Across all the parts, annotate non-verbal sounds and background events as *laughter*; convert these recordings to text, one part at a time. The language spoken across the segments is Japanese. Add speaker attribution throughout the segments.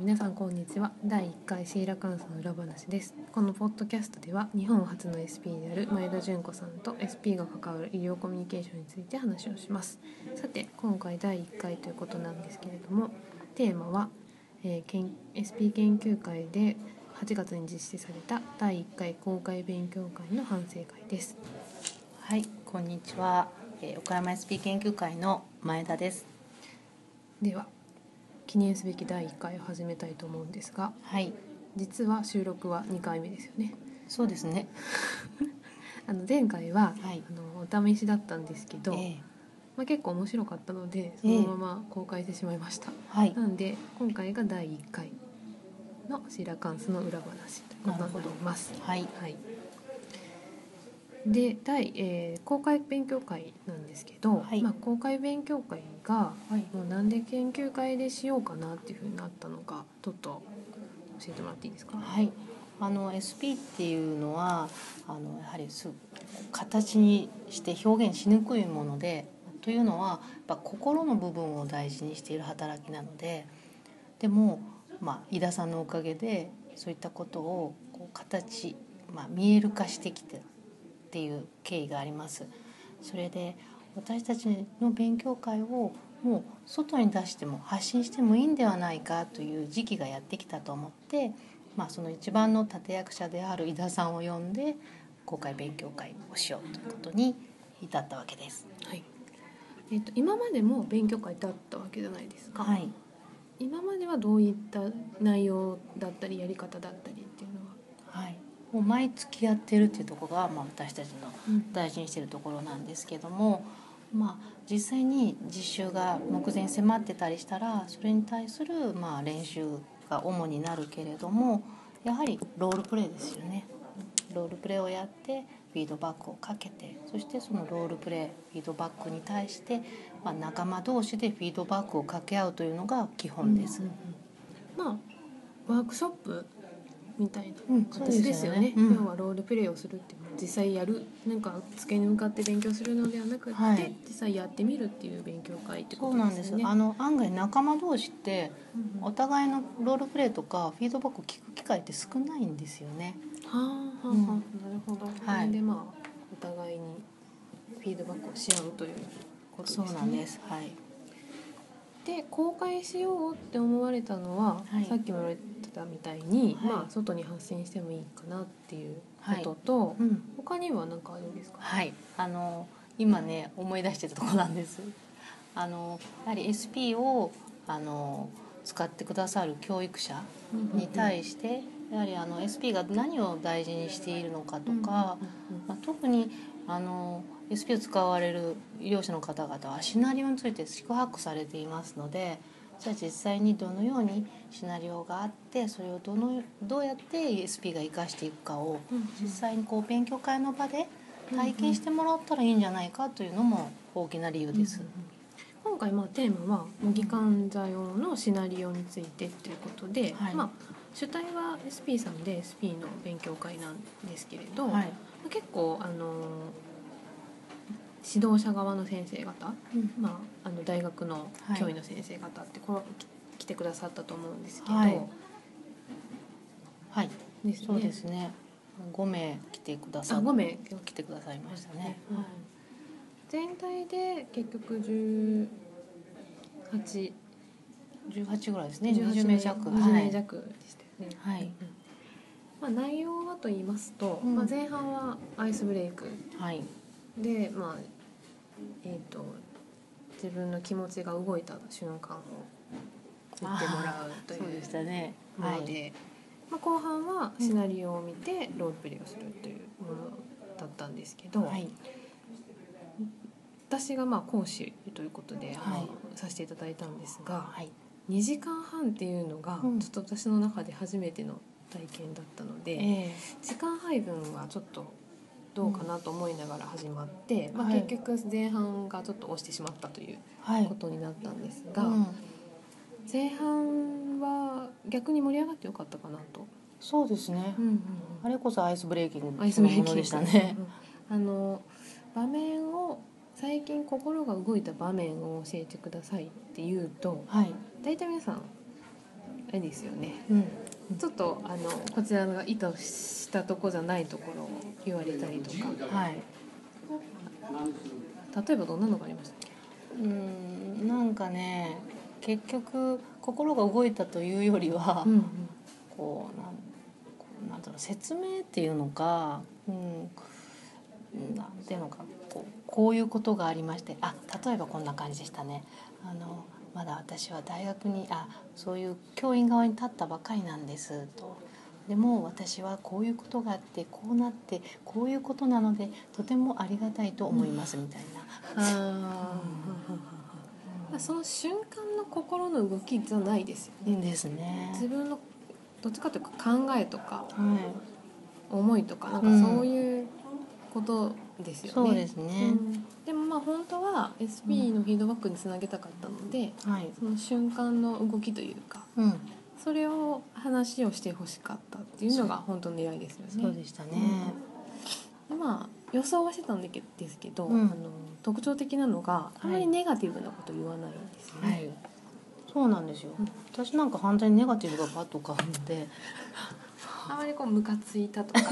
Speaker 1: 皆さんこんにちは第1回シーラカンスの裏話ですこのポッドキャストでは日本初の SP である前田純子さんと SP が関わる医療コミュニケーションについて話をしますさて今回第1回ということなんですけれどもテーマは、えーけん SP 研究会で8月に実施された第1回公開勉強会の反省会です
Speaker 2: はい、こんにちは、えー岡山 SP 研究会の前田です。
Speaker 1: では記念すべき第1回を始めたいと思うんですが
Speaker 2: はい、
Speaker 1: 実は収録は2回目ですよね
Speaker 2: そうですね。
Speaker 1: あの前回は、
Speaker 2: はい
Speaker 1: あのお試しだったんですけど、
Speaker 2: え
Speaker 1: まあ、結構面白かったのでそのまま公開してしまいました、
Speaker 2: ーはい、
Speaker 1: なんで今回が第1回のシーラカンスの裏話ということになります
Speaker 2: はい、
Speaker 1: はいで第、えー公開勉強会なんですけど、
Speaker 2: はい
Speaker 1: まあ、公開勉強会が
Speaker 2: はい、
Speaker 1: もうなんで研究会でしようかなっていうふうになったのかちょっと教えてもらっていいですか
Speaker 2: はい、あの SP っていうのはあのやはりす形にして表現しにくいものでというのはやっぱ心の部分を大事にしている働きなのででも、まあ、井田さんのおかげでそういったことをこう形、まあ、見える化してきてっていう経緯があります。それで私たちの勉強会をもう外に出しても発信してもいいんではないかという時期がやってきたと思って、まあ、その一番の立役者である井田さんを呼んで公開勉強会をしようということに至ったわけです。
Speaker 1: はいえっと今までも勉強会だったわけじゃないですか、
Speaker 2: はい、
Speaker 1: 今まではどういった内容だったりやり方だったりっていうのは、
Speaker 2: はい、もう毎月やってるっていうところが、まあ、私たちの大事にしてるところなんですけども、まあ、実際に実習が目前に迫ってたりしたらそれに対するまあ練習が主になるけれどもやはりロールプレイですよね。ロールプレイをやってフィードバックをかけてそしてそのロールプレイフィードバックに対して、まあ、仲間同士でフィードバックをかけ合うというのが基本です。
Speaker 1: うんうんうんまあワークショップみたい
Speaker 2: うん
Speaker 1: な形ですよね、
Speaker 2: そうですよねうん
Speaker 1: 要はロールプレイをするっていう実際やるなんか机に向かって勉強するのではなくて、
Speaker 2: はい
Speaker 1: 実際やってみるっていう勉強会って
Speaker 2: そ
Speaker 1: こ
Speaker 2: う
Speaker 1: と
Speaker 2: なん
Speaker 1: で
Speaker 2: ですす
Speaker 1: よね。
Speaker 2: あの案外仲間同士って
Speaker 1: うんうん
Speaker 2: お互いのロールプレイとかフィードバックを聞く機会って少ないんですよね。
Speaker 1: はあはあはあ、
Speaker 2: うん
Speaker 1: なるほど。
Speaker 2: はい
Speaker 1: でまあお互いにフィードバックをし合うということです
Speaker 2: そ
Speaker 1: ね。
Speaker 2: うなんです。はい。
Speaker 1: で公開しようって思われたのは、
Speaker 2: はい
Speaker 1: さっきも言われてたみたいに、
Speaker 2: はい
Speaker 1: まあ外に発信してもいいかなっていうことと、
Speaker 2: うん。
Speaker 1: 他には何かあるんですか？
Speaker 2: はい。あの今ね思い出してたところなんです。あのやはり SP をあの使ってくださる教育者に対して、やはりあの SP が何を大事にしているのかとか、
Speaker 1: うんうん
Speaker 2: まあ、特にあの SP を使われる医療者の方々はシナリオについて宿泊されていますのでじゃあ実際にどのようにシナリオがあってそれをどのどうやって SP が活かしていくかを
Speaker 1: うんうん
Speaker 2: 実際にこう勉強会の場で体験してもらったらいいんじゃないかというのも大きな理由です。
Speaker 1: 今回まあテーマは模擬患者用のシナリオについてということで、
Speaker 2: はい
Speaker 1: まあ主体は SP さんで SP の勉強会なんですけれど、
Speaker 2: はい
Speaker 1: 結構あの指導者側の先生方、まあ、あの大学の
Speaker 2: はい
Speaker 1: 教員の先生方ってこれはき来てくださったと思うんですけど、
Speaker 2: はいはい、
Speaker 1: ですね
Speaker 2: そうですね。5名来てくださ
Speaker 1: あ
Speaker 2: っ
Speaker 1: 5名
Speaker 2: 来てくださいましたね。
Speaker 1: はい全体で結局18
Speaker 2: 18ぐらいですね。
Speaker 1: 18
Speaker 2: 20名弱。
Speaker 1: 20
Speaker 2: はい
Speaker 1: 名弱でしたよね。
Speaker 2: はい
Speaker 1: うんまあ、内容はと言いますと、
Speaker 2: うん
Speaker 1: まあ、前半はアイスブレイク
Speaker 2: はい。
Speaker 1: で、まあえー、と自分の気持ちが動いた瞬間を言ってもらうとい
Speaker 2: そうで
Speaker 1: う
Speaker 2: したね。
Speaker 1: もので、まあ、後半はシナリオを見てロールプレイをするというものだったんですけど、
Speaker 2: はい。
Speaker 1: 私がまあ講師ということで、あの
Speaker 2: はい
Speaker 1: させていただいたんですが
Speaker 2: はい。
Speaker 1: 2時間半っていうのが
Speaker 2: うん
Speaker 1: ちょっと私の中で初めての体験だったので、
Speaker 2: え
Speaker 1: 時間配分はちょっとどうかなと思いながら始まって、
Speaker 2: うん
Speaker 1: まあ、
Speaker 2: はい
Speaker 1: 結局前半がちょっと押してしまったという
Speaker 2: はい
Speaker 1: こ。とになったんですが、
Speaker 2: うん、
Speaker 1: 前半は逆に盛り上がってよかったかなと。
Speaker 2: そうですね。あれこそアイスブレイキン
Speaker 1: アイ
Speaker 2: グ
Speaker 1: ス
Speaker 2: そ
Speaker 1: ブ
Speaker 2: の
Speaker 1: レイ
Speaker 2: も
Speaker 1: キ
Speaker 2: の
Speaker 1: ング
Speaker 2: でしたね。。
Speaker 1: うんあの場面を最近心が動いた場面を教えてくださいって言うと
Speaker 2: はい。
Speaker 1: 大体皆さんあれですよね
Speaker 2: うん、
Speaker 1: ちょっとあのこちらが意図したとこじゃないところを言われたりとか
Speaker 2: はい
Speaker 1: 例えばどんなのがありましたっけ
Speaker 2: うんなんかね結局心が動いたというよりは、
Speaker 1: うんうん
Speaker 2: こうなんこうなんだろう説明っていうのか、うん、なんていうのかこうこういうことがありましてあ例えばこんな感じでしたね。あのまだ私は大学にあそういう教員側に立ったばかりなんですと。でも私はこういうことがあってこうなってこういうことなのでとてもありがたいと思いますみたい
Speaker 1: あ
Speaker 2: な、
Speaker 1: あその瞬間の心の動きじゃないですよ
Speaker 2: い
Speaker 1: ね
Speaker 2: いですね。
Speaker 1: 自分のどっちかというか考えとか
Speaker 2: はい
Speaker 1: 思いとかなんかそういうことですよね、
Speaker 2: そうですね
Speaker 1: う。んでもまあ本当は SP のフィードバックにつなげたかったので、
Speaker 2: はい。
Speaker 1: その瞬間の動きというか
Speaker 2: うん。
Speaker 1: それを話をしてほしかったっていうのが本当の狙いですよね。
Speaker 2: そうでしたね。
Speaker 1: でまあ予想はしてたんだけですけど、
Speaker 2: うん
Speaker 1: あの特徴的なのがあま
Speaker 2: はい
Speaker 1: りネガティブなこと言わないんですよね。
Speaker 2: はい。そうなんですよ
Speaker 1: うん。
Speaker 2: 私なんか反対にネガティブがバッと浮かぶので、
Speaker 1: あまりこうムカついたと
Speaker 2: *laughs*
Speaker 1: か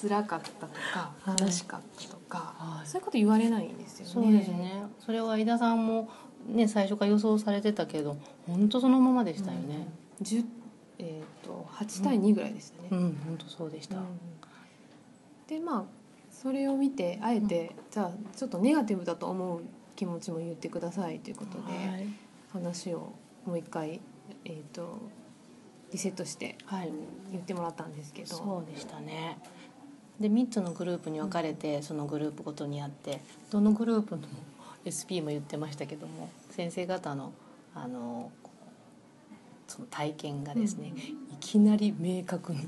Speaker 1: 辛かったとか
Speaker 2: はい
Speaker 1: 悲しかったとか、
Speaker 2: はい
Speaker 1: そういうこと言われないんですよね。
Speaker 2: そうですね。それは井田さんもね最初から予想されてたけど、本当そのままでしたよね。
Speaker 1: 十えっ、と八対二ぐらいでしたね。
Speaker 2: うん、本当そうでした。
Speaker 1: でまあそれを見てあえて、じゃあちょっとネガティブだと思う気持ちも言ってくださいということで、
Speaker 2: はい。
Speaker 1: 話をもう一回、えー、とリセットして
Speaker 2: はい。
Speaker 1: 言ってもらったんですけど
Speaker 2: そうでしたね。で3つのグループに分かれてそのグループごとにやってどのグループの SP も言ってましたけども先生方のあのその体験がですね、いきなり明確に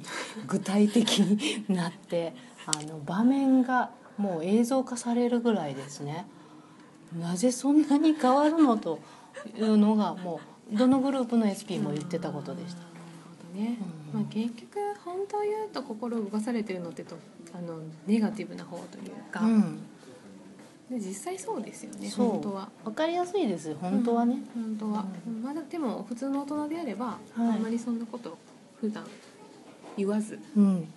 Speaker 2: 具体的になって *laughs* あの場面がもう映像化されるぐらいですねなぜそんなに変わるのというのがもうどのグループの SP も言ってたことでした
Speaker 1: な。るほどね、
Speaker 2: うん
Speaker 1: まあ、結局本当を言うと心を動かされてるのってとあのネガティブな方というか、
Speaker 2: うん
Speaker 1: で実際そうですよね
Speaker 2: そう
Speaker 1: 本当は。
Speaker 2: わかりやすいです本当はね、
Speaker 1: 本当は、
Speaker 2: う
Speaker 1: まだでも普通の大人であれば、
Speaker 2: い
Speaker 1: あんまりそんなこと普段言わず
Speaker 2: うん、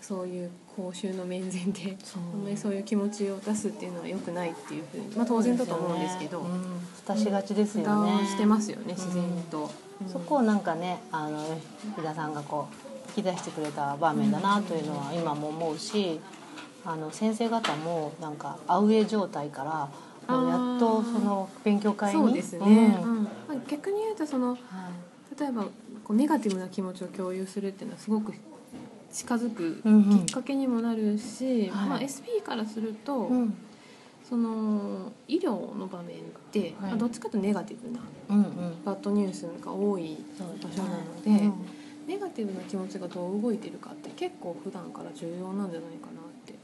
Speaker 1: そういう公衆の面前で
Speaker 2: そう
Speaker 1: あんまりそういう気持ちを出すっていうのは良くないっていうふうに、まあ、当然だと思うんですけど
Speaker 2: う。ん、蓋しがちです
Speaker 1: 油
Speaker 2: よね。
Speaker 1: 断してますよね自然と、うん
Speaker 2: そこをなんかね、あの福田さんがこう引き出してくれた場面だなというのは今も思うし、あの先生方もなんかアウェー状態からもうやっとその勉強会に、
Speaker 1: そうですね、
Speaker 2: ん
Speaker 1: うんまあ、逆に言うとその
Speaker 2: はい
Speaker 1: 例えばこうネガティブな気持ちを共有するっていうのはすごく近づく
Speaker 2: うんうん
Speaker 1: きっかけにもなるし、
Speaker 2: はい
Speaker 1: まあ、SP からすると、
Speaker 2: うん
Speaker 1: その医療の場面って、
Speaker 2: はい
Speaker 1: まあどっちかというとネガティブな
Speaker 2: うんうん、
Speaker 1: バッドニュースが多い
Speaker 2: そう
Speaker 1: 場所なので、
Speaker 2: うん
Speaker 1: ネガティブな気持ちがどう動いてるかって結構普段から重要なんじゃないかなって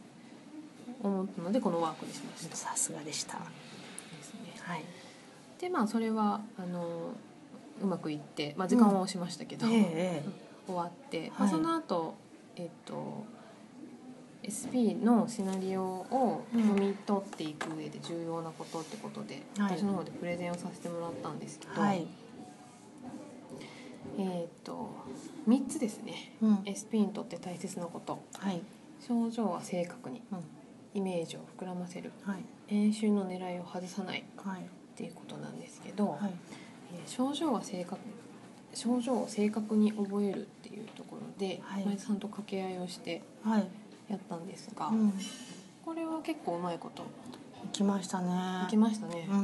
Speaker 1: 思ったのでこのワークにしました。
Speaker 2: さすがでした。
Speaker 1: ですね
Speaker 2: はい。
Speaker 1: でまあそれはあのうまくいって、まあ、時間は押しましたけど、
Speaker 2: え
Speaker 1: 終わって、
Speaker 2: い
Speaker 1: まあ、その後、えっと SP のシナリオを
Speaker 2: うん
Speaker 1: 読み取っていく上で重要なことってことで、
Speaker 2: はい
Speaker 1: 私の方でプレゼンをさせてもらったんですけど、
Speaker 2: はい。
Speaker 1: えっと3つですね
Speaker 2: うん。
Speaker 1: SP にとって大切なこと
Speaker 2: はい。
Speaker 1: 症状は正確に
Speaker 2: うん。
Speaker 1: イメージを膨らませる
Speaker 2: はい。
Speaker 1: 演習の狙いを外さないっ
Speaker 2: はい。
Speaker 1: ていうことなんですけど、
Speaker 2: はい。
Speaker 1: えー症状は正確症状を正確に覚えるっていうところで、
Speaker 2: はい
Speaker 1: 前田さんと掛け合いをして
Speaker 2: はい。
Speaker 1: やったんですが、
Speaker 2: うん。
Speaker 1: これは結構うまいこと
Speaker 2: 来ましたね。
Speaker 1: いきましたね
Speaker 2: う、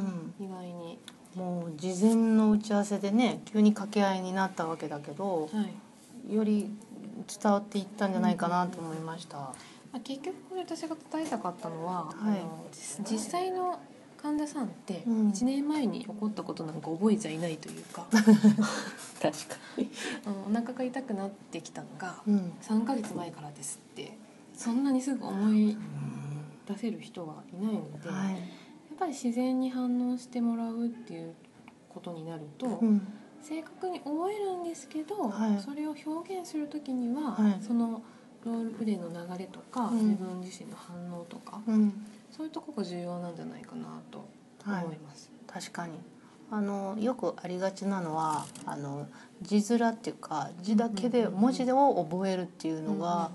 Speaker 2: ん。
Speaker 1: 意外に、
Speaker 2: もう事前の打ち合わせでね、急に掛け合いになったわけだけど、
Speaker 1: はい
Speaker 2: より伝わっていったんじゃないかなと思いました。
Speaker 1: まあ、結局これ私が伝えたかったのは、
Speaker 2: い
Speaker 1: あの実実際の患者さんって
Speaker 2: うん
Speaker 1: 1年前に起こったことなんか覚えちゃいないという
Speaker 2: *laughs*
Speaker 1: か、
Speaker 2: 確かに。
Speaker 1: あのお腹が痛くなってきたのが
Speaker 2: うん。
Speaker 1: 3ヶ月前からですってそんなにすぐ思い出せる人はいないので。
Speaker 2: はい。
Speaker 1: やっぱり自然に反応してもらうっていうことになると、
Speaker 2: うん。
Speaker 1: 正確に覚えるんですけど、
Speaker 2: はい
Speaker 1: それを表現する時には、
Speaker 2: はい
Speaker 1: そのロールプレイの流れとか、
Speaker 2: うん
Speaker 1: 自分自身の反応とか、
Speaker 2: うん。
Speaker 1: そういうとこが重要なんじゃないかなと
Speaker 2: はい
Speaker 1: 思い。ます。
Speaker 2: 確かに。あのよくありがちなのはあの字面っていうか字だけで
Speaker 1: うんうんうん
Speaker 2: 文字を覚えるっていうのが、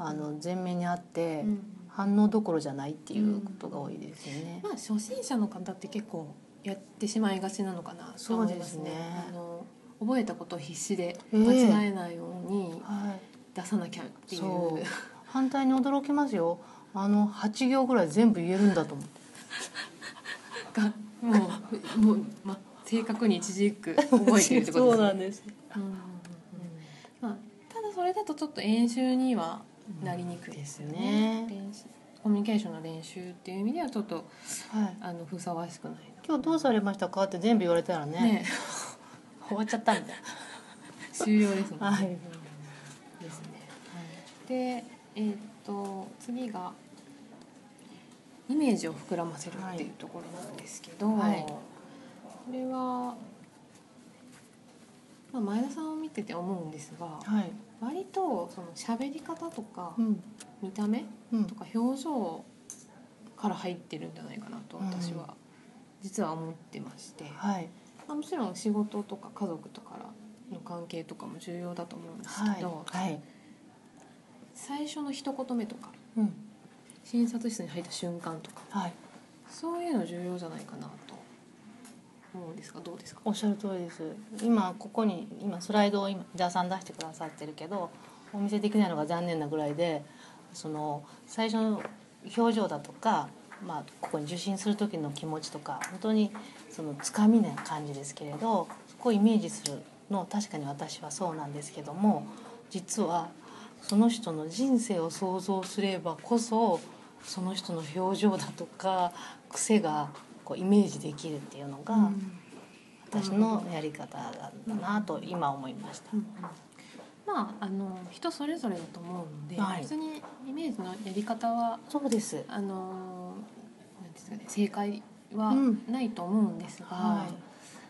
Speaker 1: うん
Speaker 2: あの前面にあって、
Speaker 1: うん
Speaker 2: 反応どころじゃないっていうことが多いですよね。
Speaker 1: まあ初心者の方って結構やってしまいがちなのかなと思います
Speaker 2: そう
Speaker 1: ね
Speaker 2: ですね
Speaker 1: あの覚えたことを必死で
Speaker 2: ええ
Speaker 1: 間違えないように
Speaker 2: はい
Speaker 1: 出さなきゃっていう,、
Speaker 2: そう反対に驚きますよあの8行ぐらい全部言えるんだと思って
Speaker 1: *laughs* がもうもう、ま、正確に一字一句覚えてるってことですね。
Speaker 2: そうなんです、
Speaker 1: うんうんうんまあ、ただそれだとちょっと演習にはなりにくいですよね,、
Speaker 2: ですね
Speaker 1: 練習コミュニケーションの練習っていう意味ではちょっと
Speaker 2: はい、
Speaker 1: あのふさわしくない
Speaker 2: 今日どうされましたかって全部言われたらね
Speaker 1: なね *laughs*
Speaker 2: 終わっちゃったみたい
Speaker 1: 終了ですもんね。
Speaker 2: はい
Speaker 1: うんですねでえーっと次がイメージを膨らませるっていうところなんですけど、
Speaker 2: はい
Speaker 1: これは、まあ、前田さんを見てて思うんですが、
Speaker 2: なはい、
Speaker 1: 割とその喋り方とか
Speaker 2: うん
Speaker 1: 見た目
Speaker 2: うん
Speaker 1: とか表情から入ってるんじゃないかなと私
Speaker 2: うん
Speaker 1: は実は思ってまして、
Speaker 2: はい
Speaker 1: まあ、もちろん仕事とか家族とかの関係とかも重要だと思うんです
Speaker 2: は
Speaker 1: け
Speaker 2: い
Speaker 1: ど、
Speaker 2: はい
Speaker 1: 最初の一言目とか
Speaker 2: うん
Speaker 1: 診察室に入った瞬間とか
Speaker 2: はい
Speaker 1: そういうの重要じゃないかなと思うんですがどうですか
Speaker 2: おっしゃる通りです今ここに今スライドを今伊沢さん出してくださってるけどお見せできないのが残念なぐらいでその最初の表情だとか、まあ、ここに受診する時の気持ちとか本当にそのつかみな感じですけれどそこをイメージするの確かに私はそうなんですけども実はその人の人生を想像すればこそその人の表情だとか癖がこうイメージできるっていうのが、私のやり方なんだなと今思いました。
Speaker 1: うんうんまああの人それぞれだと思うので、
Speaker 2: はい
Speaker 1: 別にイメージのやり方は
Speaker 2: そうです。
Speaker 1: あのーなんですかね正解は
Speaker 2: うん
Speaker 1: ないと思うんですが、
Speaker 2: は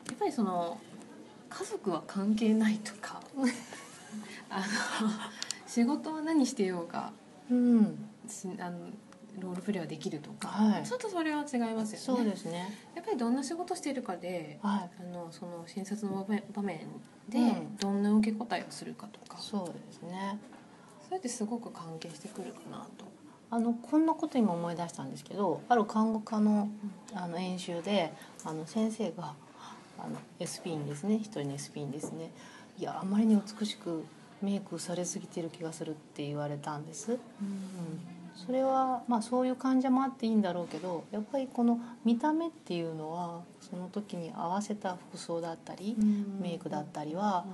Speaker 1: やっぱりその家族は関係ないとか *laughs* あの仕事は何してようが
Speaker 2: い。うん。
Speaker 1: しあのロールプレイはできるとか、
Speaker 2: はい
Speaker 1: ちょっとそれは違いますよね。
Speaker 2: そうですね。
Speaker 1: やっぱりどんな仕事してるかで
Speaker 2: はい。
Speaker 1: あのその診察の場面場面で
Speaker 2: うん
Speaker 1: どんな受け答えをするかとか、そ
Speaker 2: そうですね。
Speaker 1: れってすごく関係してくるかなと。
Speaker 2: あのこんなこと今思い出したんですけど、ある看護科のあの演習で、あの先生があの SP にですね、一人の SP にですね、いやあまりに美しくメイクされすぎてる気がするって言われたんです。それはまあそういう患者もあっていいんだろうけどやっぱりこの見た目っていうのはその時に合わせた服装だったり、メイクだったりは、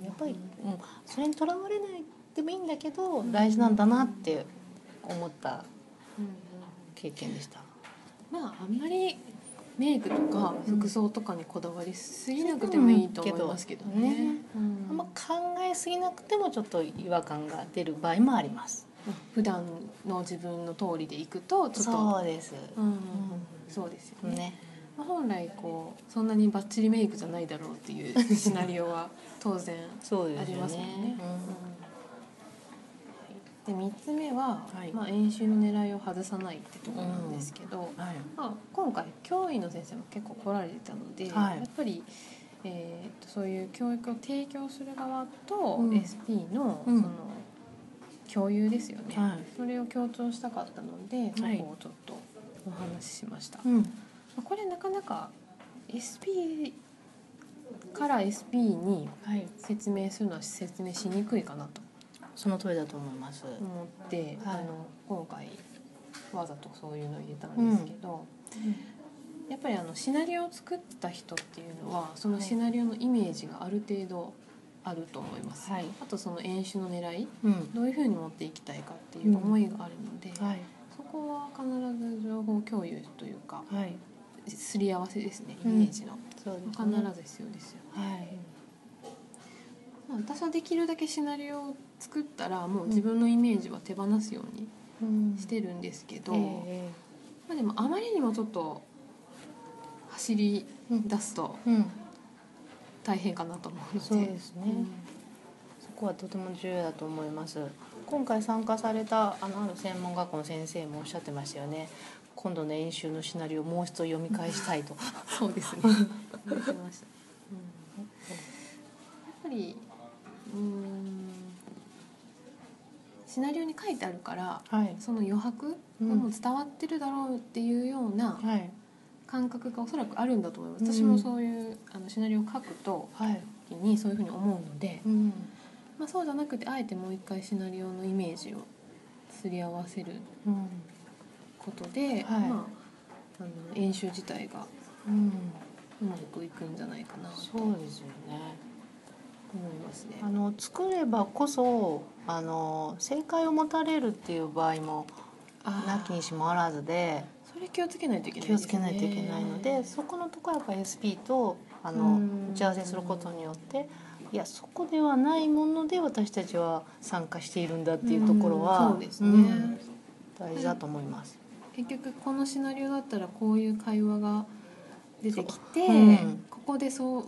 Speaker 2: うんやっぱり、うん、それにとらわれないでもいいんだけど大事なんだなって思った
Speaker 1: うんうん
Speaker 2: 経験でした。
Speaker 1: まああんまりメイクとか
Speaker 2: うん
Speaker 1: 服装とかにこだわりすぎなくてもいいと思いますけどね。
Speaker 2: うん
Speaker 1: うん
Speaker 2: あんま考えすぎなくてもちょっと違和感が出る場合もあります。
Speaker 1: 普段の自分の通りでいくとちょっと
Speaker 2: そうです。
Speaker 1: うんそうですよね。
Speaker 2: ね。
Speaker 1: まあ、本来こうそんなにバッチリメイクじゃないだろうっていうシナリオ
Speaker 2: *laughs*
Speaker 1: は当然
Speaker 2: そう
Speaker 1: あ
Speaker 2: です
Speaker 1: り
Speaker 2: よね。
Speaker 1: ますもんね。
Speaker 2: うん
Speaker 1: で3つ目は、
Speaker 2: はい
Speaker 1: まあ、演習の狙いを外さないってところなんですけど、
Speaker 2: はい。
Speaker 1: まあ、今回教員の先生も結構来られてたので、
Speaker 2: はい
Speaker 1: やっぱり、えー、とそういう教育を提供する側と
Speaker 2: うん
Speaker 1: SP の,、
Speaker 2: うん
Speaker 1: その共有ですよね、
Speaker 2: はい
Speaker 1: それを強調したかったので、
Speaker 2: はい
Speaker 1: そこをちょっとお話ししました。
Speaker 2: う
Speaker 1: ま
Speaker 2: ん。
Speaker 1: あこれなかなか SP から SP に
Speaker 2: はい。
Speaker 1: 説明するのは説明しにくいかなと
Speaker 2: その通りだと思います。
Speaker 1: 思って、
Speaker 2: はい
Speaker 1: あの今回わざとそういうのを入れたんですけど、やっぱりあのシナリオを作った人っていうのはそのシナリオのイメージがある程度あると思います、
Speaker 2: はい。
Speaker 1: あとその演習の狙い
Speaker 2: うん。
Speaker 1: どういうふうに持っていきたいかっていう思いがあるので、
Speaker 2: はい。
Speaker 1: そこは必ず情報共有というか
Speaker 2: はい。
Speaker 1: すり合わせですねイ
Speaker 2: うん
Speaker 1: メージの、
Speaker 2: そうで
Speaker 1: 必
Speaker 2: す、
Speaker 1: ず必要ですよ、
Speaker 2: はい。
Speaker 1: まあ、私はできるだけシナリオを作ったらもう自分のイメージは手放すように
Speaker 2: うん
Speaker 1: してるんですけど、
Speaker 2: え
Speaker 1: まあ、でもあまりにもちょっと走り
Speaker 2: えうん。
Speaker 1: 出すと
Speaker 2: うん。
Speaker 1: 大変かなと思うので
Speaker 2: そうですね。
Speaker 1: うん
Speaker 2: そこはとても重要だと思います。今回参加されたあのある専門学校の先生もおっしゃってましたよね。今度の演習のシナリオをもう一度読み返したいと。
Speaker 1: そうです *laughs* ね。思ってました。
Speaker 2: うん
Speaker 1: やっぱりうーんシナリオに書いてあるから
Speaker 2: はい、
Speaker 1: その余白
Speaker 2: う
Speaker 1: が
Speaker 2: ん
Speaker 1: もう伝わってるだろうっていうような
Speaker 2: はい、
Speaker 1: 感覚がおそらくあるんだと思います、
Speaker 2: うん
Speaker 1: 私もそういうあのシナリオを書くと
Speaker 2: はい、
Speaker 1: 時にそういうふうに思うので、
Speaker 2: うん、
Speaker 1: まあ、そうじゃなくてあえてもう一回シナリオのイメージをすり合わせる
Speaker 2: うん、
Speaker 1: ことで、
Speaker 2: はい
Speaker 1: まあ、あの演習自体が
Speaker 2: うん、
Speaker 1: うまくいくんじゃないかなと
Speaker 2: そうですよね。
Speaker 1: 思いますね。
Speaker 2: あの作ればこそあの正解を持たれるっていう場合も
Speaker 1: あー
Speaker 2: なきにしもあらずで
Speaker 1: それ気をつけないといけない
Speaker 2: 気
Speaker 1: で
Speaker 2: を
Speaker 1: すね
Speaker 2: つけないといけないのでそこのとこはやっぱ SP とあ
Speaker 1: う
Speaker 2: の
Speaker 1: ん
Speaker 2: 打ち合わせすることによっていやそこではないもので私たちは参加しているんだっていうところは
Speaker 1: うんそうですね、
Speaker 2: うん大事だと思います。
Speaker 1: 結局このシナリオだったらこういう会話が出てきて、
Speaker 2: そううん
Speaker 1: ここでそう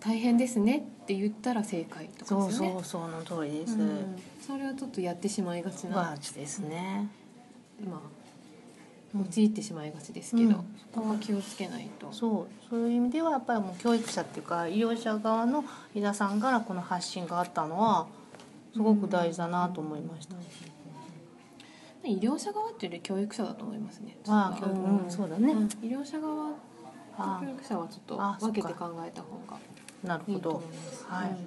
Speaker 1: 大変ですねって言ったら正解とか
Speaker 2: そ
Speaker 1: で
Speaker 2: う
Speaker 1: すよね
Speaker 2: そうその通りです。
Speaker 1: うんそれをちょっとやってしまいがちな
Speaker 2: バーチですね。
Speaker 1: まあ
Speaker 2: うん
Speaker 1: 陥ってしまいがちですけど、
Speaker 2: うん
Speaker 1: そこは気をつけないと
Speaker 2: そうそういう意味ではやっぱりもう教育者っていうか医療者側の井田さんからこの発信があったのはすごく大事だなと思いました。
Speaker 1: 医療者側っていうより教育者だと思いますね
Speaker 2: ああ
Speaker 1: そ
Speaker 2: 教
Speaker 1: こは
Speaker 2: 育、
Speaker 1: ん
Speaker 2: そうだね。
Speaker 1: うん医療者側
Speaker 2: あ
Speaker 1: と教育者はちょっと
Speaker 2: あそっ
Speaker 1: 分
Speaker 2: か
Speaker 1: けて考えた方が
Speaker 2: あなる
Speaker 1: い
Speaker 2: ほ
Speaker 1: いと
Speaker 2: ど
Speaker 1: 思い。ます。うん
Speaker 2: はい
Speaker 1: はい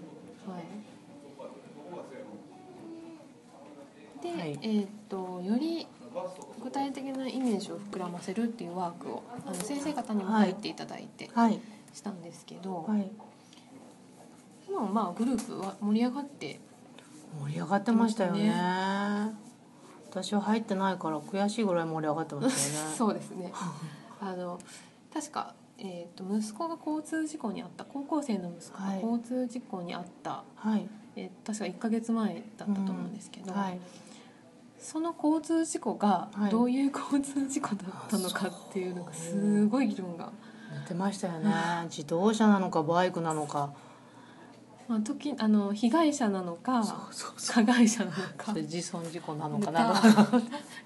Speaker 1: で、
Speaker 2: はい
Speaker 1: えーっとより具体的なイメージを膨らませるっていうワークをあの先生方にも入っていただいて
Speaker 2: はい
Speaker 1: したんですけど、
Speaker 2: はい
Speaker 1: 今もまあグループは盛り上がって
Speaker 2: 盛り上がってましたよね
Speaker 1: ね。
Speaker 2: 私は入ってないから悔しいぐらい盛り上がってましたよ *laughs*
Speaker 1: *laughs*
Speaker 2: ね。
Speaker 1: そうですねあの確か、えー、と息子が交通事故に遭った高校生の息子が
Speaker 2: はい
Speaker 1: 交通事故に遭った、
Speaker 2: はい
Speaker 1: えー確か1ヶ月前だったと思うんですけど、
Speaker 2: はい
Speaker 1: その交通事故が
Speaker 2: はい
Speaker 1: どういう交通事故だったのかっていうのがすごい議論が、
Speaker 2: 寝てましたよね。自動車なのかバイクなのか。
Speaker 1: まあ、時あの被害者なのか
Speaker 2: そう
Speaker 1: 加害者なのか
Speaker 2: 自損事故なのかな。
Speaker 1: か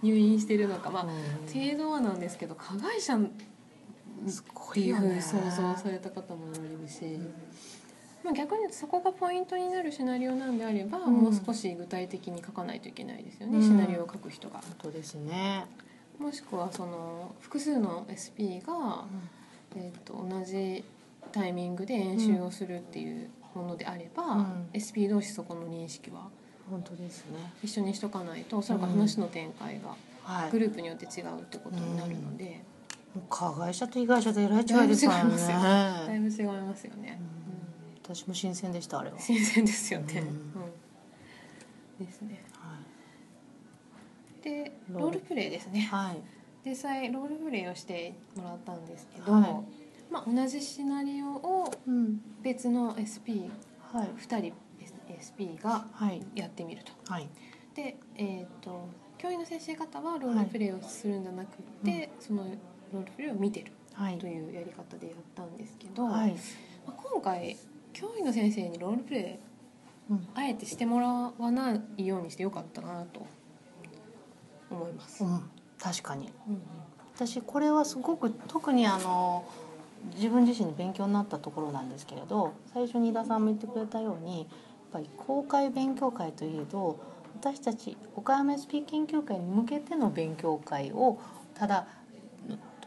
Speaker 1: 入院してるのか、まあ、
Speaker 2: うん
Speaker 1: 程度はなんですけど加害者っ
Speaker 2: すご
Speaker 1: て
Speaker 2: い
Speaker 1: いう
Speaker 2: よ
Speaker 1: ふう
Speaker 2: ね。
Speaker 1: に想像された方もおられるし、
Speaker 2: ん
Speaker 1: まあ、逆にそこがポイントになるシナリオなんであれば、
Speaker 2: うん
Speaker 1: もう少し具体的に書かないといけないですよね、
Speaker 2: うん
Speaker 1: シナリオを書く人が。
Speaker 2: 本当ですね。
Speaker 1: もしくはその複数の SP がえー、と同じタイミングで演習をするっていうものであれば、
Speaker 2: うん
Speaker 1: SP 同士そこの認識は
Speaker 2: 本当ですね。
Speaker 1: 一緒にしとかないとおそらく話の展開が
Speaker 2: はい。
Speaker 1: グループによって違うってことになるので、
Speaker 2: もう加害者と被害者でえらい違いですから
Speaker 1: だいぶ違いますよだいぶ
Speaker 2: ね。
Speaker 1: 違いますよね
Speaker 2: う。ん私も新鮮でしたあれは。
Speaker 1: うん新鮮ですよね。
Speaker 2: うん
Speaker 1: うんですね。
Speaker 2: は
Speaker 1: で
Speaker 2: ロール
Speaker 1: ロールプレイですね。
Speaker 2: い。はい。
Speaker 1: 実際ロールプレイをしてもらったんですけど、
Speaker 2: は
Speaker 1: まあ、同じシナリオを
Speaker 2: うん。
Speaker 1: 別の SP2
Speaker 2: はい。
Speaker 1: 人 SP が
Speaker 2: はい。
Speaker 1: やってみると。
Speaker 2: はい。
Speaker 1: で、えー、と教員の先生方はロールプレイをするんじゃなくて、
Speaker 2: はいう
Speaker 1: そのロールプレイを見てる
Speaker 2: はい
Speaker 1: と。いうやり方でやったんですけど、
Speaker 2: はい。
Speaker 1: まあ、今回教員の先生にロールプレイ
Speaker 2: うん
Speaker 1: あえてしてもらわないようにしてよかったなと思います。
Speaker 2: うん。確かに。
Speaker 1: うん
Speaker 2: 私これはすごく特にあの自分自身の勉強になったところなんですけれど最初に井田さんも言ってくれたようにやっぱり公開勉強会といえど私たち岡山 SP 研究会に向けての勉強会をただ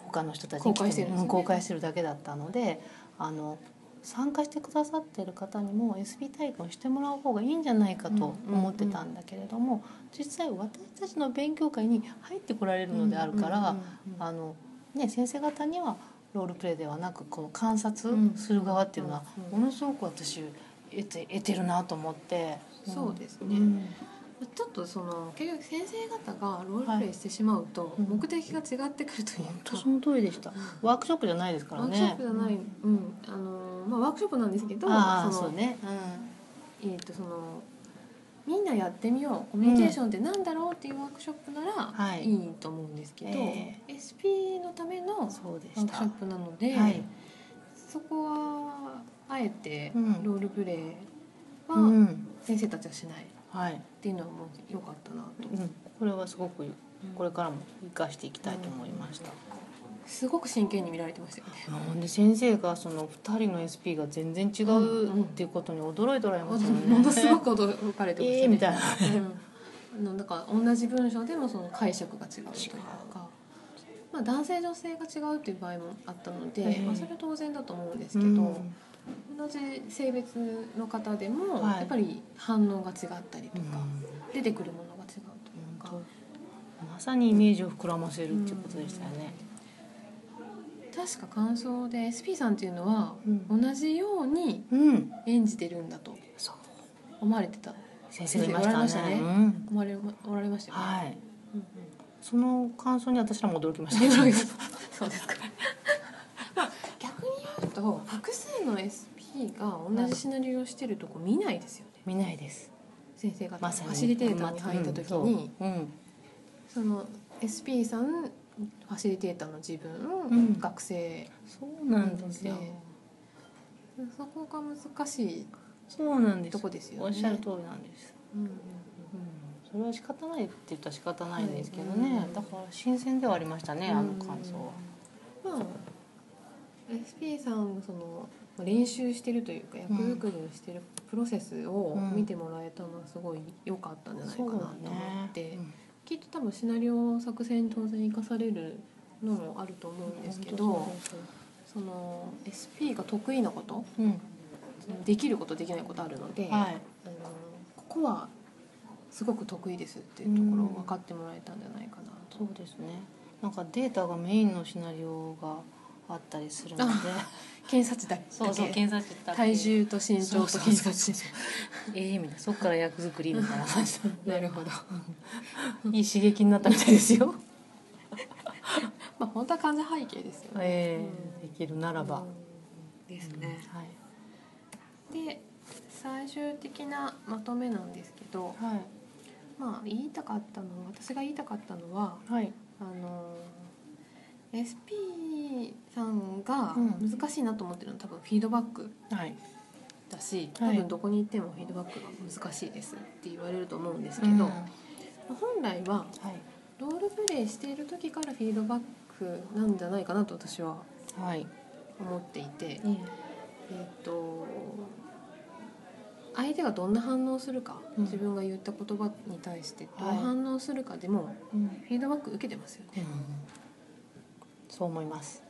Speaker 2: 他の人たちに来
Speaker 1: 公開してるんですね
Speaker 2: うん公開してるだけだったのであの参加してくださっている方にも SP 体験をしてもらう方がいいんじゃないかと思ってたんだけれども実際私たちの勉強会に入ってこられるのであるから。
Speaker 1: うんうん
Speaker 2: あのね、先生方にはロールプレイではなくこの観察
Speaker 1: うん
Speaker 2: する側っていうのは
Speaker 1: うんう
Speaker 2: ものすごく私得て得てるなと思って
Speaker 1: そうですね
Speaker 2: ん
Speaker 1: ちょっとその結局先生方がロールプレイしてしまうと
Speaker 2: いうん
Speaker 1: 目的が違ってくるという
Speaker 2: 本
Speaker 1: か、
Speaker 2: 当その通りでしたワークショップじゃないですから
Speaker 1: ワー
Speaker 2: ね
Speaker 1: クショップじゃない、うんあのまあ、ワークショップなんですけど
Speaker 2: ああ
Speaker 1: そ
Speaker 2: そ
Speaker 1: の
Speaker 2: うね
Speaker 1: えー、とそのみんなやってみようコミュニケーションってなんだろうっていうワークショップなら
Speaker 2: はい
Speaker 1: いいと思うんですけど、
Speaker 2: え
Speaker 1: SP のための
Speaker 2: う
Speaker 1: ワ
Speaker 2: ん
Speaker 1: ー
Speaker 2: そうで
Speaker 1: クショ
Speaker 2: した
Speaker 1: ップなので、
Speaker 2: はい
Speaker 1: そこはあえて
Speaker 2: うん
Speaker 1: ロールプレイ
Speaker 2: う
Speaker 1: は
Speaker 2: ん
Speaker 1: 先生たちはしないっ
Speaker 2: はい
Speaker 1: ていうのはもう良かったなと、
Speaker 2: うんこれはすごくこれからも生かしていきたいと思いました。
Speaker 1: すごく真剣に見られてましたよね。
Speaker 2: なんで先生がその2人の SP が全然違うっていうことに驚いておられましたね、
Speaker 1: ものすごく驚かれてました
Speaker 2: え
Speaker 1: ね。
Speaker 2: えみたいな
Speaker 1: うん、あのだから同じ文章でもその解釈が違うという
Speaker 2: 違う
Speaker 1: か、まあ、男性女性が違うという場合もあったので、
Speaker 2: ええ
Speaker 1: まあ、それは当然だと思うんです
Speaker 2: う
Speaker 1: けど、
Speaker 2: ん
Speaker 1: 同じ性別の方でも
Speaker 2: はい
Speaker 1: やっぱり反応が違ったりと
Speaker 2: と
Speaker 1: か、
Speaker 2: か
Speaker 1: 出てくるものが違うというか
Speaker 2: 本当まさにイメージを膨らませるっていうことでしたよね。
Speaker 1: 確か感想で SP さんっていうのは
Speaker 2: うん、
Speaker 1: 同じように
Speaker 2: うん、
Speaker 1: 演じてるんだと
Speaker 2: そう
Speaker 1: 思われてた
Speaker 2: 先生がいましたね。
Speaker 1: 先生がいましたね
Speaker 2: うん、
Speaker 1: 思われおられましたよね。
Speaker 2: はい。
Speaker 1: うんうん
Speaker 2: その感想に私らも驚き *laughs* ました。
Speaker 1: *laughs* そうですか。逆に言うと複数の SP が同じシナリオをしてるとこ見ないですよね。
Speaker 2: 見ないです。
Speaker 1: 先生が
Speaker 2: まさに
Speaker 1: ファシリテーターに入った時に、
Speaker 2: うんそう
Speaker 1: その SP さんファシリテーターの自分、
Speaker 2: ん
Speaker 1: 学生
Speaker 2: うん、そうなんですよ。
Speaker 1: そこが難しい
Speaker 2: そうなんです。
Speaker 1: とこですよね。
Speaker 2: おっしゃる通りなんです。
Speaker 1: うんうんうん
Speaker 2: うん、それは仕方ないって言ったら仕方ないんですけど
Speaker 1: は
Speaker 2: ね
Speaker 1: い。うん
Speaker 2: だから新鮮ではありましたね。あの感想は。
Speaker 1: うんまあ SP さんのそのまあ練習してるというか役作りをしてるプロセスを
Speaker 2: うん
Speaker 1: 見てもらえたのはすごい良かったんじゃないかなと思って、
Speaker 2: うん
Speaker 1: きっと多分シナリオ作戦当然生かされるのもあると思うんですけど
Speaker 2: 本当そう
Speaker 1: そ
Speaker 2: そう
Speaker 1: の SP が得意なこと
Speaker 2: そううん、
Speaker 1: できることできないことあるので、
Speaker 2: はい。
Speaker 1: あのここはすごく得意ですっていうところを分かってもらえたんじゃないかなと。
Speaker 2: そうですねなんかデータがメインのシナリオがあったりするので
Speaker 1: 検査値だけ
Speaker 2: *laughs* そうそう検査値だけ
Speaker 1: 体重と身長と検査値
Speaker 2: ええみたいなそっから役作りみたいな感じ
Speaker 1: なるほど
Speaker 2: *laughs* いい刺激になったみたいですよ
Speaker 1: まあ本当は完全背景ですよね、
Speaker 2: *laughs* ええできるならば、
Speaker 1: うんですね、
Speaker 2: はい
Speaker 1: で最終的なまとめなんですけど
Speaker 2: は
Speaker 1: まあ言いたかったのは私が言いたかったのはい
Speaker 2: はい
Speaker 1: あの SP さんが
Speaker 2: うん
Speaker 1: 難しいなと思ってるのは多分フィードバック
Speaker 2: はい
Speaker 1: だし多
Speaker 2: はい
Speaker 1: 分どこに行ってもフィードバックが難しいですって言われると思うんですけ
Speaker 2: け
Speaker 1: ど、
Speaker 2: ど、
Speaker 1: まあ本来はロールプレイしている時からフィードバックなんじゃないかなと私は
Speaker 2: はい
Speaker 1: 思っていて、えっと相手がどんな反応をするか、
Speaker 2: うん
Speaker 1: 自分が言った言葉に対してどう
Speaker 2: はい
Speaker 1: 反応するかでも、
Speaker 2: うん
Speaker 1: フィードバック受けてますよね。
Speaker 2: そう思います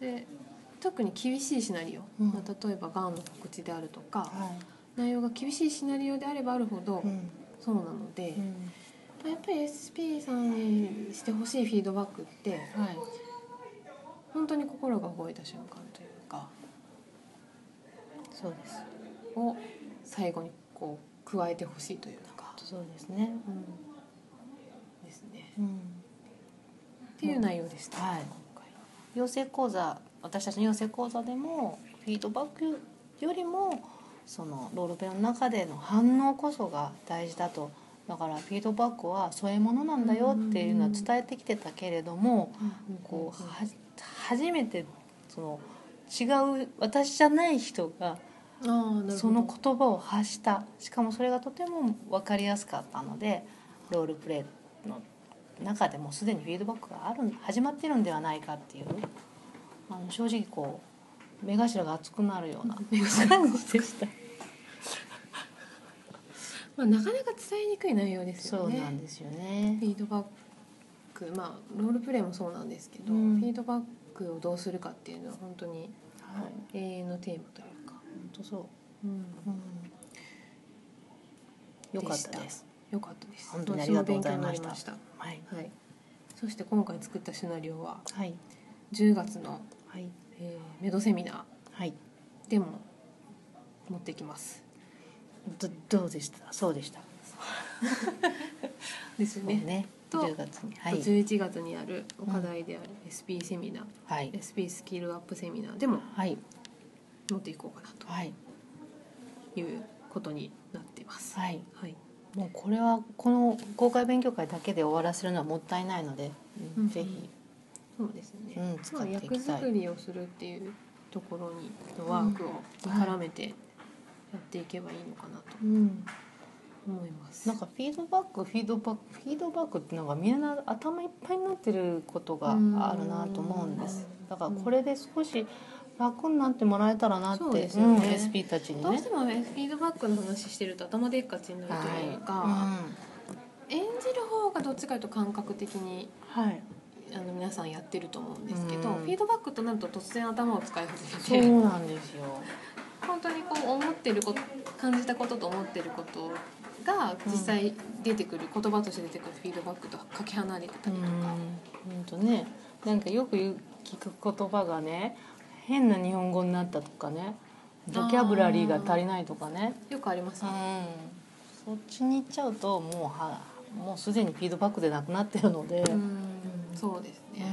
Speaker 1: で特に厳しいシナリオ、
Speaker 2: うん
Speaker 1: まあ、例えばがんの告知であるとか、
Speaker 2: は
Speaker 1: 内容が厳しいシナリオであればあるほど
Speaker 2: うん
Speaker 1: そうなので、
Speaker 2: うん
Speaker 1: まあやっぱり SP さんにしてほしいフィードバックって
Speaker 2: はい
Speaker 1: 本当に心が動いた瞬間というか
Speaker 2: そうです
Speaker 1: を最後にこう加えてほしいというか、
Speaker 2: そうですね
Speaker 1: うん、ですね。
Speaker 2: うん
Speaker 1: っていう内容でした。
Speaker 2: はい養成講座私たちの養成講座でもフィードバックよりもそのロールプレイの中での反応こそが大事だとだからフィードバックは添え物なんだよっていうのは伝えてきてたけれどもこうは初めてその違う私じゃない人が
Speaker 1: あーなるほど
Speaker 2: その言葉を発したしかもそれがとても分かりやすかったのでロールプレイの中でもうすでにフィードバックがある始まってるんではないかっていうあの正直こう目頭が熱くなるような
Speaker 1: 目
Speaker 2: 感じでした。
Speaker 1: まあなかなか伝えにくい内容です
Speaker 2: そ
Speaker 1: よ
Speaker 2: う
Speaker 1: ね。
Speaker 2: なんですよね
Speaker 1: フ。ィードバックまあロールプレイもそうなんですけど、
Speaker 2: うん
Speaker 1: フィードバックをどうするかっていうのは本当に
Speaker 2: はい、
Speaker 1: 永遠のテーマというか、
Speaker 2: 本当そう。
Speaker 1: うん、
Speaker 2: うん、よかった
Speaker 1: で
Speaker 2: で
Speaker 1: し
Speaker 2: す。
Speaker 1: よかったです。
Speaker 2: 本当にありがとうございまし
Speaker 1: 私も勉強になり
Speaker 2: た
Speaker 1: ました。
Speaker 2: はい。
Speaker 1: はい。そして今回作ったシナリオは
Speaker 2: はい。
Speaker 1: 10月の、
Speaker 2: はい。
Speaker 1: えーメドセミナ
Speaker 2: はい。
Speaker 1: ーでも持ってきます。
Speaker 2: ど、どうでした。そうでした。
Speaker 1: ですよね。
Speaker 2: ね。
Speaker 1: と
Speaker 2: 10月に。はい。
Speaker 1: 11月にあるお課題である SP セミナー、
Speaker 2: はい。
Speaker 1: SP スキルアップセミナーでも
Speaker 2: はい。
Speaker 1: 持っていこうかな
Speaker 2: はい。
Speaker 1: ということになっています。
Speaker 2: はい。
Speaker 1: はい、
Speaker 2: もうこれはこの公開勉強会だけで終わらせるのはもったいないので、
Speaker 1: うん
Speaker 2: ぜひ、
Speaker 1: そうですね。
Speaker 2: うん、
Speaker 1: ま
Speaker 2: 使
Speaker 1: あ
Speaker 2: ってい
Speaker 1: 役
Speaker 2: きた
Speaker 1: 作
Speaker 2: い。
Speaker 1: りをするっていうところにワークを絡めてやっていけばいいのかなと
Speaker 2: うん、
Speaker 1: 思います。
Speaker 2: なんかフィードバックフィードバックフィードバックってなんかみんな頭いっぱいになってることがあるなと思うんです
Speaker 1: うん
Speaker 2: だからこれで少し楽になってもらえたらなって
Speaker 1: そうですよね
Speaker 2: うん SP たちにね
Speaker 1: どうしてもねフィードバックの話してると頭でっかちになるというか、演じる方がどっちかというと感覚的に
Speaker 2: はいうんはい
Speaker 1: あの皆さんやってると思うんですけど、
Speaker 2: う
Speaker 1: フ
Speaker 2: ん
Speaker 1: ィードバックとなると突然頭を使い始
Speaker 2: そ
Speaker 1: めて
Speaker 2: うなんですよ
Speaker 1: 本当にこう思ってること感じたことと思ってることが実際出てくる、言葉として出てくるフィードバックとかけ離れてたりとか、
Speaker 2: うんとねなんかよく言う聞く言葉がね変な日本語になったとかねボキャブラリーが足りないとかね
Speaker 1: よくあります
Speaker 2: う
Speaker 1: ね。
Speaker 2: んそっちに行っちゃうともうはもうすでにフィードバックでなくなってるので、
Speaker 1: うんそうですね、
Speaker 2: うん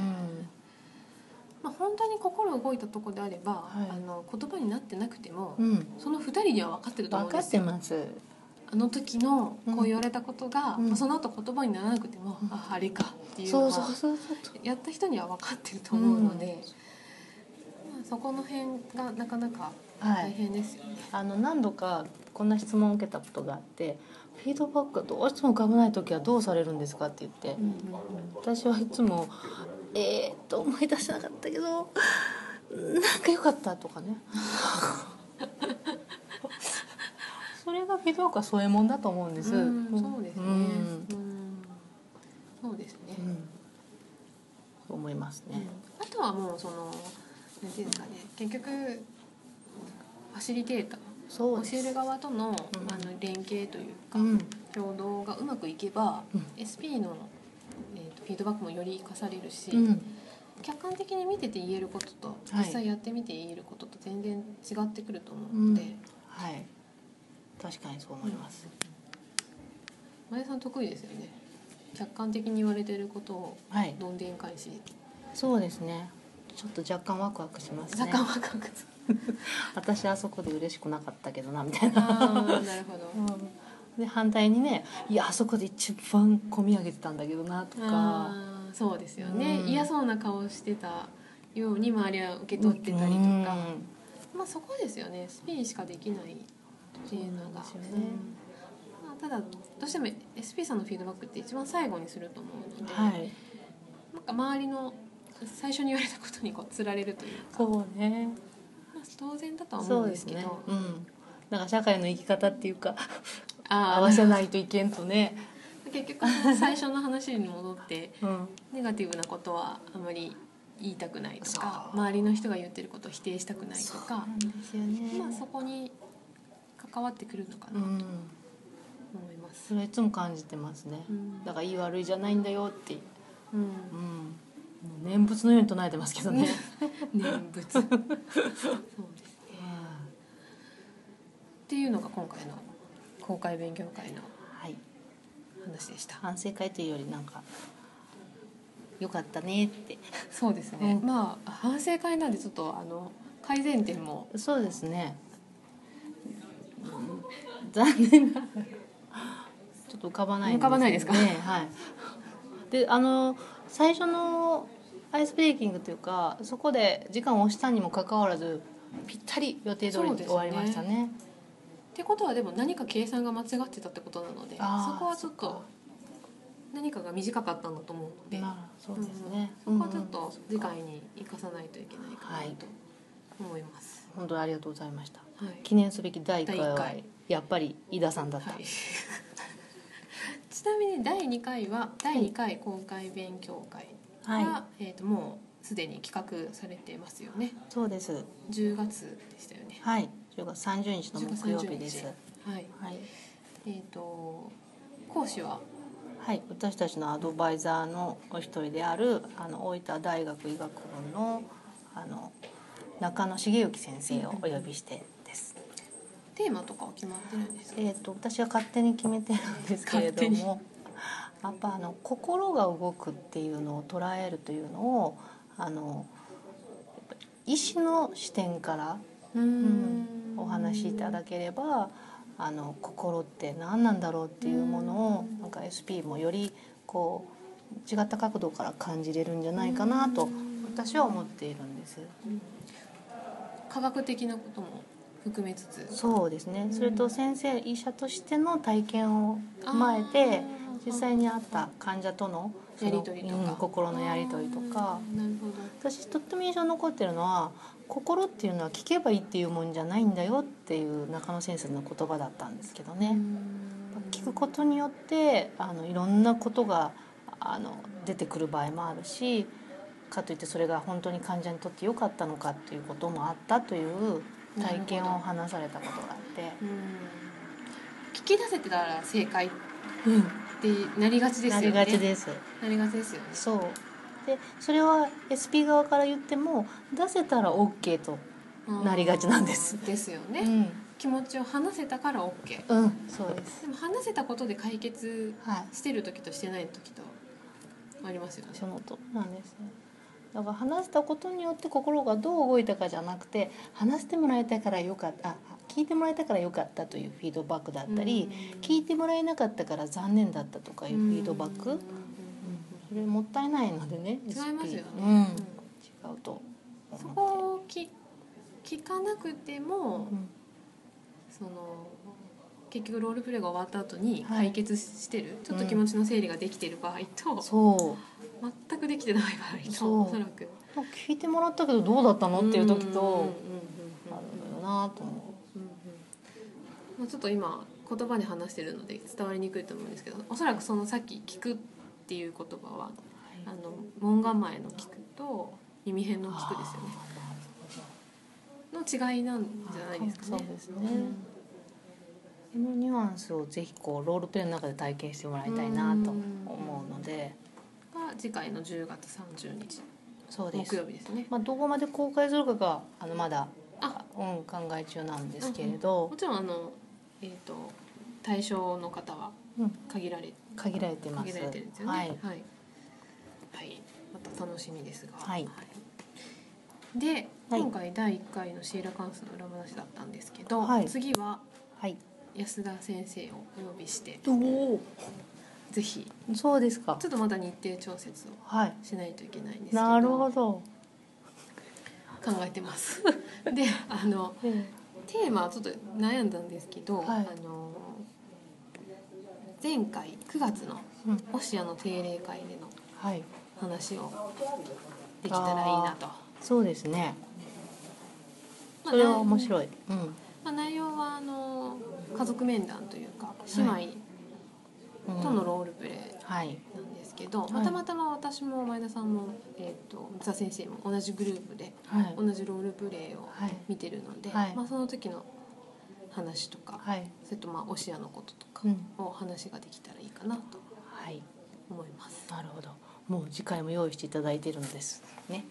Speaker 1: まあ、本当に心動いたとこであれば、
Speaker 2: はい
Speaker 1: あの言葉になってなくても、
Speaker 2: うん、
Speaker 1: その2人には分かってると思うん
Speaker 2: 分か
Speaker 1: で
Speaker 2: っ
Speaker 1: す
Speaker 2: て
Speaker 1: よ
Speaker 2: ます。
Speaker 1: あの時の
Speaker 2: うん
Speaker 1: こう言われたことが、
Speaker 2: うん
Speaker 1: まあその後言葉にならなくても、
Speaker 2: うん
Speaker 1: ああれかっていう
Speaker 2: そ
Speaker 1: の
Speaker 2: うそう
Speaker 1: は
Speaker 2: そうそう。
Speaker 1: やった人には分かってると思うので、まあ、そこの辺がなかなか
Speaker 2: は
Speaker 1: 大
Speaker 2: い。
Speaker 1: 変ですよね。
Speaker 2: あの何度かこんな質問を受けたことがあって、フィードバックがどうしても浮かばない時はどうされるんですかって言って、
Speaker 1: うん
Speaker 2: 私はいつもえー、っと思い出せなかったけど、なんか良かったとかね。それがフィードバックはそういうもんだと思うんです。
Speaker 1: うんそうですね、
Speaker 2: う
Speaker 1: うん
Speaker 2: ん
Speaker 1: そうですね、
Speaker 2: うんそう思います
Speaker 1: うん
Speaker 2: ね。
Speaker 1: あとはもうそのなんていうんですかね結局ファシリテーター
Speaker 2: そうです
Speaker 1: 教える側との,、
Speaker 2: ん
Speaker 1: あの連携というか、
Speaker 2: うん、
Speaker 1: 共同がうまくいけば、
Speaker 2: うん
Speaker 1: SP の、えー、とフィードバックもより活かされるし、
Speaker 2: うん、
Speaker 1: 客観的に見てて言えることと
Speaker 2: はい
Speaker 1: 実際やってみて言えることと全然違ってくると思うので、
Speaker 2: うんはい。確かにそう思います。
Speaker 1: 前田さん得意ですよね客観的に言われてることを
Speaker 2: はい。
Speaker 1: どんでん返し
Speaker 2: そうですね。ちょっと若干ワクワクしますね
Speaker 1: 若。干若く
Speaker 2: 私あそこで嬉しくなかったけどなみたいな。
Speaker 1: あーなるほど
Speaker 2: で反対にね、いやあそこで一番込み上げてたんだけどなとか。
Speaker 1: あーそうですよね、
Speaker 2: うん
Speaker 1: 嫌そうな顔してたように周りは受け取ってたりとか、
Speaker 2: うん
Speaker 1: まあそこですよねスピンしかできないっていうのが
Speaker 2: そうなんですよね
Speaker 1: うんまあ、ただどうしても SP さんのフィードバックって一番最後にすると思うので、
Speaker 2: はい。
Speaker 1: なんか周りの最初に言われたことにこうつられるというか、
Speaker 2: そうね。
Speaker 1: まあ、当然だとは思
Speaker 2: そううんで
Speaker 1: です
Speaker 2: す
Speaker 1: けど
Speaker 2: ね。うん。なんか社会の生き方っていうか
Speaker 1: あー
Speaker 2: 合わせないといけんとね。
Speaker 1: 結局最初の話に戻って
Speaker 2: うん。
Speaker 1: ネガティブなことはあまり言いたくないとか
Speaker 2: そう
Speaker 1: 周りの人が言ってることを否定したくないと
Speaker 2: そう
Speaker 1: か
Speaker 2: なんですよね。
Speaker 1: まあそこに関わってくるのか
Speaker 2: う
Speaker 1: なと
Speaker 2: ん。
Speaker 1: 思います。
Speaker 2: それはいつも感じてますね。
Speaker 1: うん
Speaker 2: だからいい悪いじゃないんだよって、
Speaker 1: うん
Speaker 2: うん、もう念仏のように唱えてますけどね。
Speaker 1: 念仏そうですね
Speaker 2: は
Speaker 1: っていうのが今回の公開勉強会の
Speaker 2: い、
Speaker 1: 話でした
Speaker 2: 反省会というよりなんか良かったねって。
Speaker 1: そうですね、
Speaker 2: うん
Speaker 1: まあ反省会なんでちょっとあの改善点も
Speaker 2: そうですね。うん残念ながらちょっと浮かばないん
Speaker 1: 浮かばないですか
Speaker 2: ね、はい。で、あの最初のアイスブレーキングというか、そこで時間を押したにもかかわらずぴったり予定通りに終わりましたね。
Speaker 1: ってことはでも何か計算が間違ってたってことなのでそ
Speaker 2: あー
Speaker 1: こはちょっと何かが短かったんだと思うので、
Speaker 2: なるそうですね。
Speaker 1: うんそこはちょっ
Speaker 2: うんう
Speaker 1: と
Speaker 2: ん
Speaker 1: 次回に生かさないといけないかなと思います。
Speaker 2: 本当にありがとうございました。
Speaker 1: はい、
Speaker 2: 記念すべき第1回は
Speaker 1: 第一回
Speaker 2: やっぱり井田さんだった、
Speaker 1: はい、 *laughs* ちなみに第2回は第2回公開勉強会が、
Speaker 2: は
Speaker 1: えー、ともうすでに企画されてますよね
Speaker 2: そうです
Speaker 1: 10月でしたよね
Speaker 2: はい10月30日の
Speaker 1: 10月
Speaker 2: 木曜日です
Speaker 1: 30はい
Speaker 2: はい、
Speaker 1: えっ、と講師は
Speaker 2: はい、私たちのアドバイザーのお一人であるあの大分大学医学部のあの中野茂之先生をお呼びしてです、
Speaker 1: テーマとかは決まってるんですか、
Speaker 2: えー、と私は勝手に決めてるんですけれど
Speaker 1: 勝手に
Speaker 2: もやっぱあの心が動くっていうのを捉えるというのをあのやっぱ医師の視点から
Speaker 1: うー
Speaker 2: うんお話しいただければあの心って何なんだろうっていうものを
Speaker 1: うん
Speaker 2: なんか SP もよりこう違った角度から感じれるんじゃないかなと
Speaker 1: うん
Speaker 2: 私は思っているんです。
Speaker 1: 科学的なことも含めつつ
Speaker 2: そうですね、
Speaker 1: うん
Speaker 2: それと先生医者としての体験を踏まえて実際にあった患者とのそ
Speaker 1: や
Speaker 2: の
Speaker 1: り取りとか、
Speaker 2: うん心のやり取りとか
Speaker 1: あーなるほど
Speaker 2: 私とっても印象に残ってるのは心っていうのは聞けばいいっていうもんじゃないんだよっていう中野先生の言葉だったんですけどね、聞くことによってあのいろんなことがあの出てくる場合もあるしかといってそれが本当に患者にとって良かったのかっていうこともあったという体験を話されたことがあって。
Speaker 1: うん聞き出せてたら正解っ
Speaker 2: うん
Speaker 1: てなりがちですよ
Speaker 2: な
Speaker 1: ね
Speaker 2: りがちです
Speaker 1: なりがちですよね
Speaker 2: そうでそれは SP 側から言っても出せたら OK と
Speaker 1: うん
Speaker 2: なりがちなんです
Speaker 1: ですよね、
Speaker 2: うん、
Speaker 1: 気持ちを話せたから OK で
Speaker 2: うん、そうです
Speaker 1: も話せたことで解決
Speaker 2: はい
Speaker 1: してる時としてない時とありますよね
Speaker 2: そのとなんですねだから話したことによって心がどう動いたかじゃなくて話してもらえたからよかったあ聞いてもらえたからよかったというフィードバックだったり、
Speaker 1: うん
Speaker 2: 聞いてもらえなかったから残念だったとかいうフィードバック、
Speaker 1: うん
Speaker 2: うんそれもったいないのでね
Speaker 1: 違いますよね
Speaker 2: SP うん、違
Speaker 1: う
Speaker 2: うと
Speaker 1: んそ
Speaker 2: 思って
Speaker 1: こを聞聞かなくても、
Speaker 2: うん
Speaker 1: その結局ロールプレイが終わった後に
Speaker 2: はい
Speaker 1: 解決してる、ちょっと気持ちの整理ができてる場合と、
Speaker 2: そう
Speaker 1: 全くできてない場合
Speaker 2: そう
Speaker 1: とおそらく
Speaker 2: なんか聞いてもらったけどどうだったのっていう
Speaker 1: う
Speaker 2: 時
Speaker 1: んうん
Speaker 2: と
Speaker 1: うんうん
Speaker 2: あるのよなと思
Speaker 1: うんうんまあちょっと今言葉で話してるので伝わりにくいと思うんですけどおそらくそのさっき「聞く」っていう言葉は
Speaker 2: う、
Speaker 1: あの門構えの「聞く」と耳辺の「聞く」ですよねの違いなんじゃないですかね。
Speaker 2: そうですねこのニュアンスをぜひこうロールプレイの中で体験してもらいたいなと思うので
Speaker 1: うんが次回の10月30日
Speaker 2: そうです
Speaker 1: 木曜日ですね。
Speaker 2: まあ、どこまで公開するかがあのまだ、
Speaker 1: あ
Speaker 2: うん、考え中なんですけれど
Speaker 1: も、ちろんあの、えー、と対象の方は
Speaker 2: うん
Speaker 1: 限られ
Speaker 2: 限られてます
Speaker 1: 限られてるんですよね。
Speaker 2: はい、
Speaker 1: はい。はいまた楽しみですが。
Speaker 2: はい
Speaker 1: で、
Speaker 2: はい
Speaker 1: 今回第一回のシーラカンスの裏話だったんですけど、
Speaker 2: はい
Speaker 1: 次は
Speaker 2: はい、
Speaker 1: 安田先生をお呼びして、
Speaker 2: お
Speaker 1: ぜひ
Speaker 2: そうですか
Speaker 1: ちょっとまだ日程調節を
Speaker 2: はい
Speaker 1: しないといけないんですけど、
Speaker 2: なるほど、
Speaker 1: 考えてます。で、あのテーマちょっと悩んだんですけど、
Speaker 2: はい
Speaker 1: あの前回9月の
Speaker 2: うん、
Speaker 1: オシアの定例会での
Speaker 2: はい
Speaker 1: 話をできたらいいなと。
Speaker 2: そうですね
Speaker 1: まあ
Speaker 2: それは面
Speaker 1: 内容
Speaker 2: 白い、うん
Speaker 1: まあ、内容はあの家族面談というか
Speaker 2: は
Speaker 1: 姉妹とのロールプレイ
Speaker 2: はい
Speaker 1: なんですけど、
Speaker 2: い
Speaker 1: まあたまたま私も前田さんも、えー、と三田先生も同じグループで
Speaker 2: はい
Speaker 1: 同じロールプレイを
Speaker 2: はい
Speaker 1: 見てるので、
Speaker 2: はい
Speaker 1: まあ、その時の話とか、
Speaker 2: はい
Speaker 1: それとまあオシアのこととか
Speaker 2: うん
Speaker 1: を話ができたらいいかなと
Speaker 2: はい
Speaker 1: 思います。
Speaker 2: なるほどもう次回も用意していただいてるのですね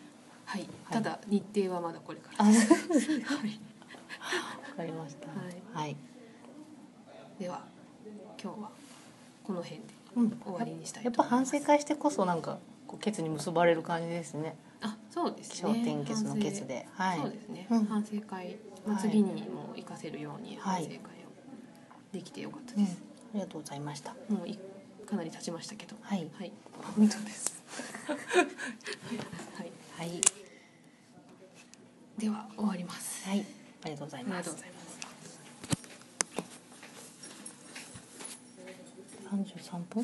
Speaker 1: はい、
Speaker 2: は
Speaker 1: た
Speaker 2: い
Speaker 1: だ日程はまだこれから
Speaker 2: あ
Speaker 1: で
Speaker 2: わ
Speaker 1: す。はい
Speaker 2: かりました
Speaker 1: はい
Speaker 2: はい、
Speaker 1: では今日はこの辺で
Speaker 2: うん、
Speaker 1: 終わりにしたい
Speaker 2: やっ
Speaker 1: と
Speaker 2: ぱ
Speaker 1: 思いま
Speaker 2: 反
Speaker 1: す。
Speaker 2: 省会してこそなんかこうケツに結ばれる感じですね
Speaker 1: あ、そうです
Speaker 2: 気象
Speaker 1: ね。
Speaker 2: 点結のケツでは
Speaker 1: 反
Speaker 2: い
Speaker 1: 省。そうですね。
Speaker 2: うん
Speaker 1: 反省会、まあ
Speaker 2: はい
Speaker 1: 次にも活かせるように
Speaker 2: は
Speaker 1: 反
Speaker 2: い
Speaker 1: 省会をできてよかった
Speaker 2: うん、
Speaker 1: で
Speaker 2: あ
Speaker 1: す。
Speaker 2: りがとうございました
Speaker 1: もういかなり経ちましたけど。
Speaker 2: はい
Speaker 1: はい、本当です。 *laughs* はい、
Speaker 2: はい
Speaker 1: では終わります。
Speaker 2: はいありがとうござ
Speaker 1: あ
Speaker 2: い
Speaker 1: りが
Speaker 2: ま
Speaker 1: とう
Speaker 2: す
Speaker 1: ございます。
Speaker 2: 三十三分